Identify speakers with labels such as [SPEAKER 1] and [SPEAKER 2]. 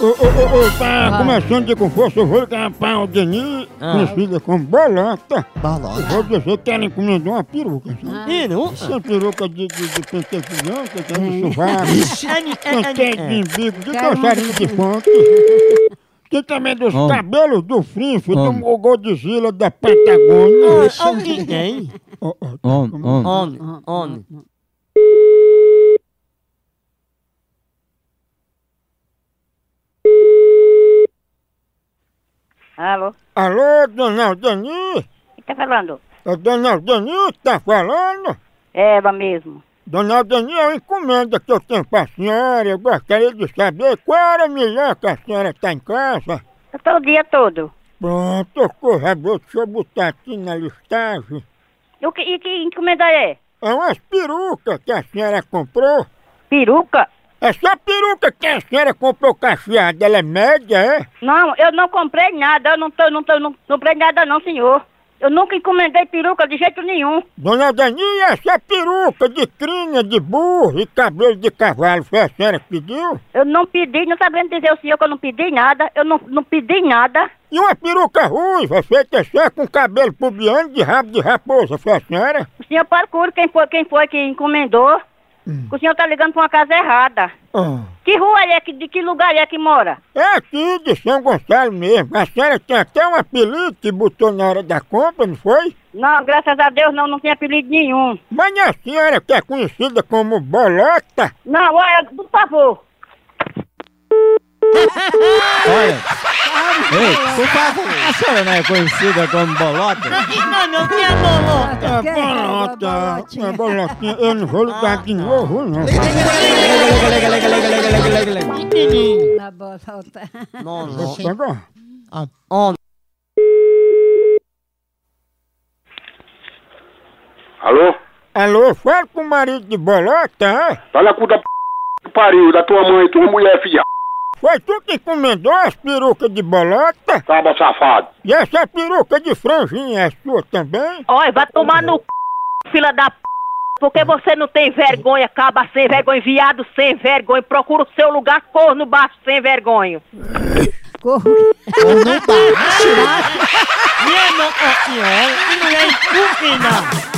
[SPEAKER 1] Ô, ô, ô, ô, tá começando de com força, eu vou ligar pra o Denis, conhecida como Bolota. Eu
[SPEAKER 2] Balota.
[SPEAKER 1] vou dizer que ela encomendou uma peruca. sabe?
[SPEAKER 3] Ih, não.
[SPEAKER 1] Essa peruca de, de, de pentecilhão, que tem no
[SPEAKER 4] Hum.
[SPEAKER 1] sovaco,
[SPEAKER 4] É,
[SPEAKER 3] é.
[SPEAKER 1] que tem de embigo, de calçarinho de ponto. Tem também dos
[SPEAKER 4] Homem.
[SPEAKER 1] cabelos do frinfo,
[SPEAKER 4] Homem.
[SPEAKER 1] do Godzilla da Patagônia.
[SPEAKER 3] Alguém tem?
[SPEAKER 1] Ó, ó,
[SPEAKER 4] Homem, homem.
[SPEAKER 3] Homem, homem.
[SPEAKER 5] Alô?
[SPEAKER 1] Alô, dona Aldeni?
[SPEAKER 5] Quem tá falando?
[SPEAKER 1] É Dona Aldeni que tá falando?
[SPEAKER 5] É, Eva mesmo.
[SPEAKER 1] Dona Aldeni, é uma encomenda que eu tenho pra senhora. Eu gostaria de saber qual era a mulher que a senhora tá em casa.
[SPEAKER 5] Eu tô o dia todo.
[SPEAKER 1] Pronto, corredor, deixa eu botar aqui na listagem.
[SPEAKER 5] E, o que, e que encomenda é?
[SPEAKER 1] É umas perucas que a senhora comprou.
[SPEAKER 5] Peruca?
[SPEAKER 1] É só peruca que a senhora comprou cacheada, ela é média, é?
[SPEAKER 5] Não, eu não comprei nada. Eu não tô, não tô, não, não comprei nada não, senhor. Eu nunca encomendei peruca de jeito nenhum.
[SPEAKER 1] Dona Aldeni, essa peruca de crina, de burro e cabelo de cavalo foi a senhora que pediu?
[SPEAKER 5] Eu não pedi, não tá sabendo dizer ao senhor que eu não pedi nada. Eu não, não pedi nada.
[SPEAKER 1] E uma peruca ruiva, feita só com cabelo pubiano de rabo de raposa, foi a senhora?
[SPEAKER 5] O senhor procura quem foi, quem foi que encomendou. O senhor tá ligando pra uma casa errada.
[SPEAKER 1] Ah.
[SPEAKER 5] Que rua é? Que, de que lugar é que mora?
[SPEAKER 1] É aqui de São Gonçalo mesmo. A senhora tem até um apelido que botou na hora da compra, não foi?
[SPEAKER 5] Não, graças a Deus não, não tem apelido nenhum.
[SPEAKER 1] Mas não é a senhora que é conhecida como Bolota?
[SPEAKER 5] Não, olha, por favor.
[SPEAKER 4] Olha, ei,
[SPEAKER 2] Por favor.
[SPEAKER 4] a senhora não é conhecida como bolota?
[SPEAKER 3] Não, não, que é bolota.
[SPEAKER 1] É bolota, é bolotinha. Ah, tá. Eu não vou ligar de novo, não.
[SPEAKER 4] Lega, lega, lega, lega, lega, lega, lega.
[SPEAKER 6] Na bolota.
[SPEAKER 3] Não, não.
[SPEAKER 1] Vou pegar.
[SPEAKER 3] Homem.
[SPEAKER 7] Alô?
[SPEAKER 1] Alô, fala com o marido de Bolota, é?
[SPEAKER 7] Tá na cu da p... que pariu, da tua mãe, tua mulher, filha.
[SPEAKER 1] Foi tu que encomendou as perucas de Bolota?
[SPEAKER 7] Taba safado.
[SPEAKER 1] E essa peruca de franjinha é sua também?
[SPEAKER 5] Olha, vai tomar no c... fila da p... Porque você não tem vergonha, caba sem vergonha, viado sem vergonha. Procura o seu lugar, corno baixo sem vergonha.
[SPEAKER 2] Ou não tá.
[SPEAKER 3] Minha nossa senhora, que mulher estúpida.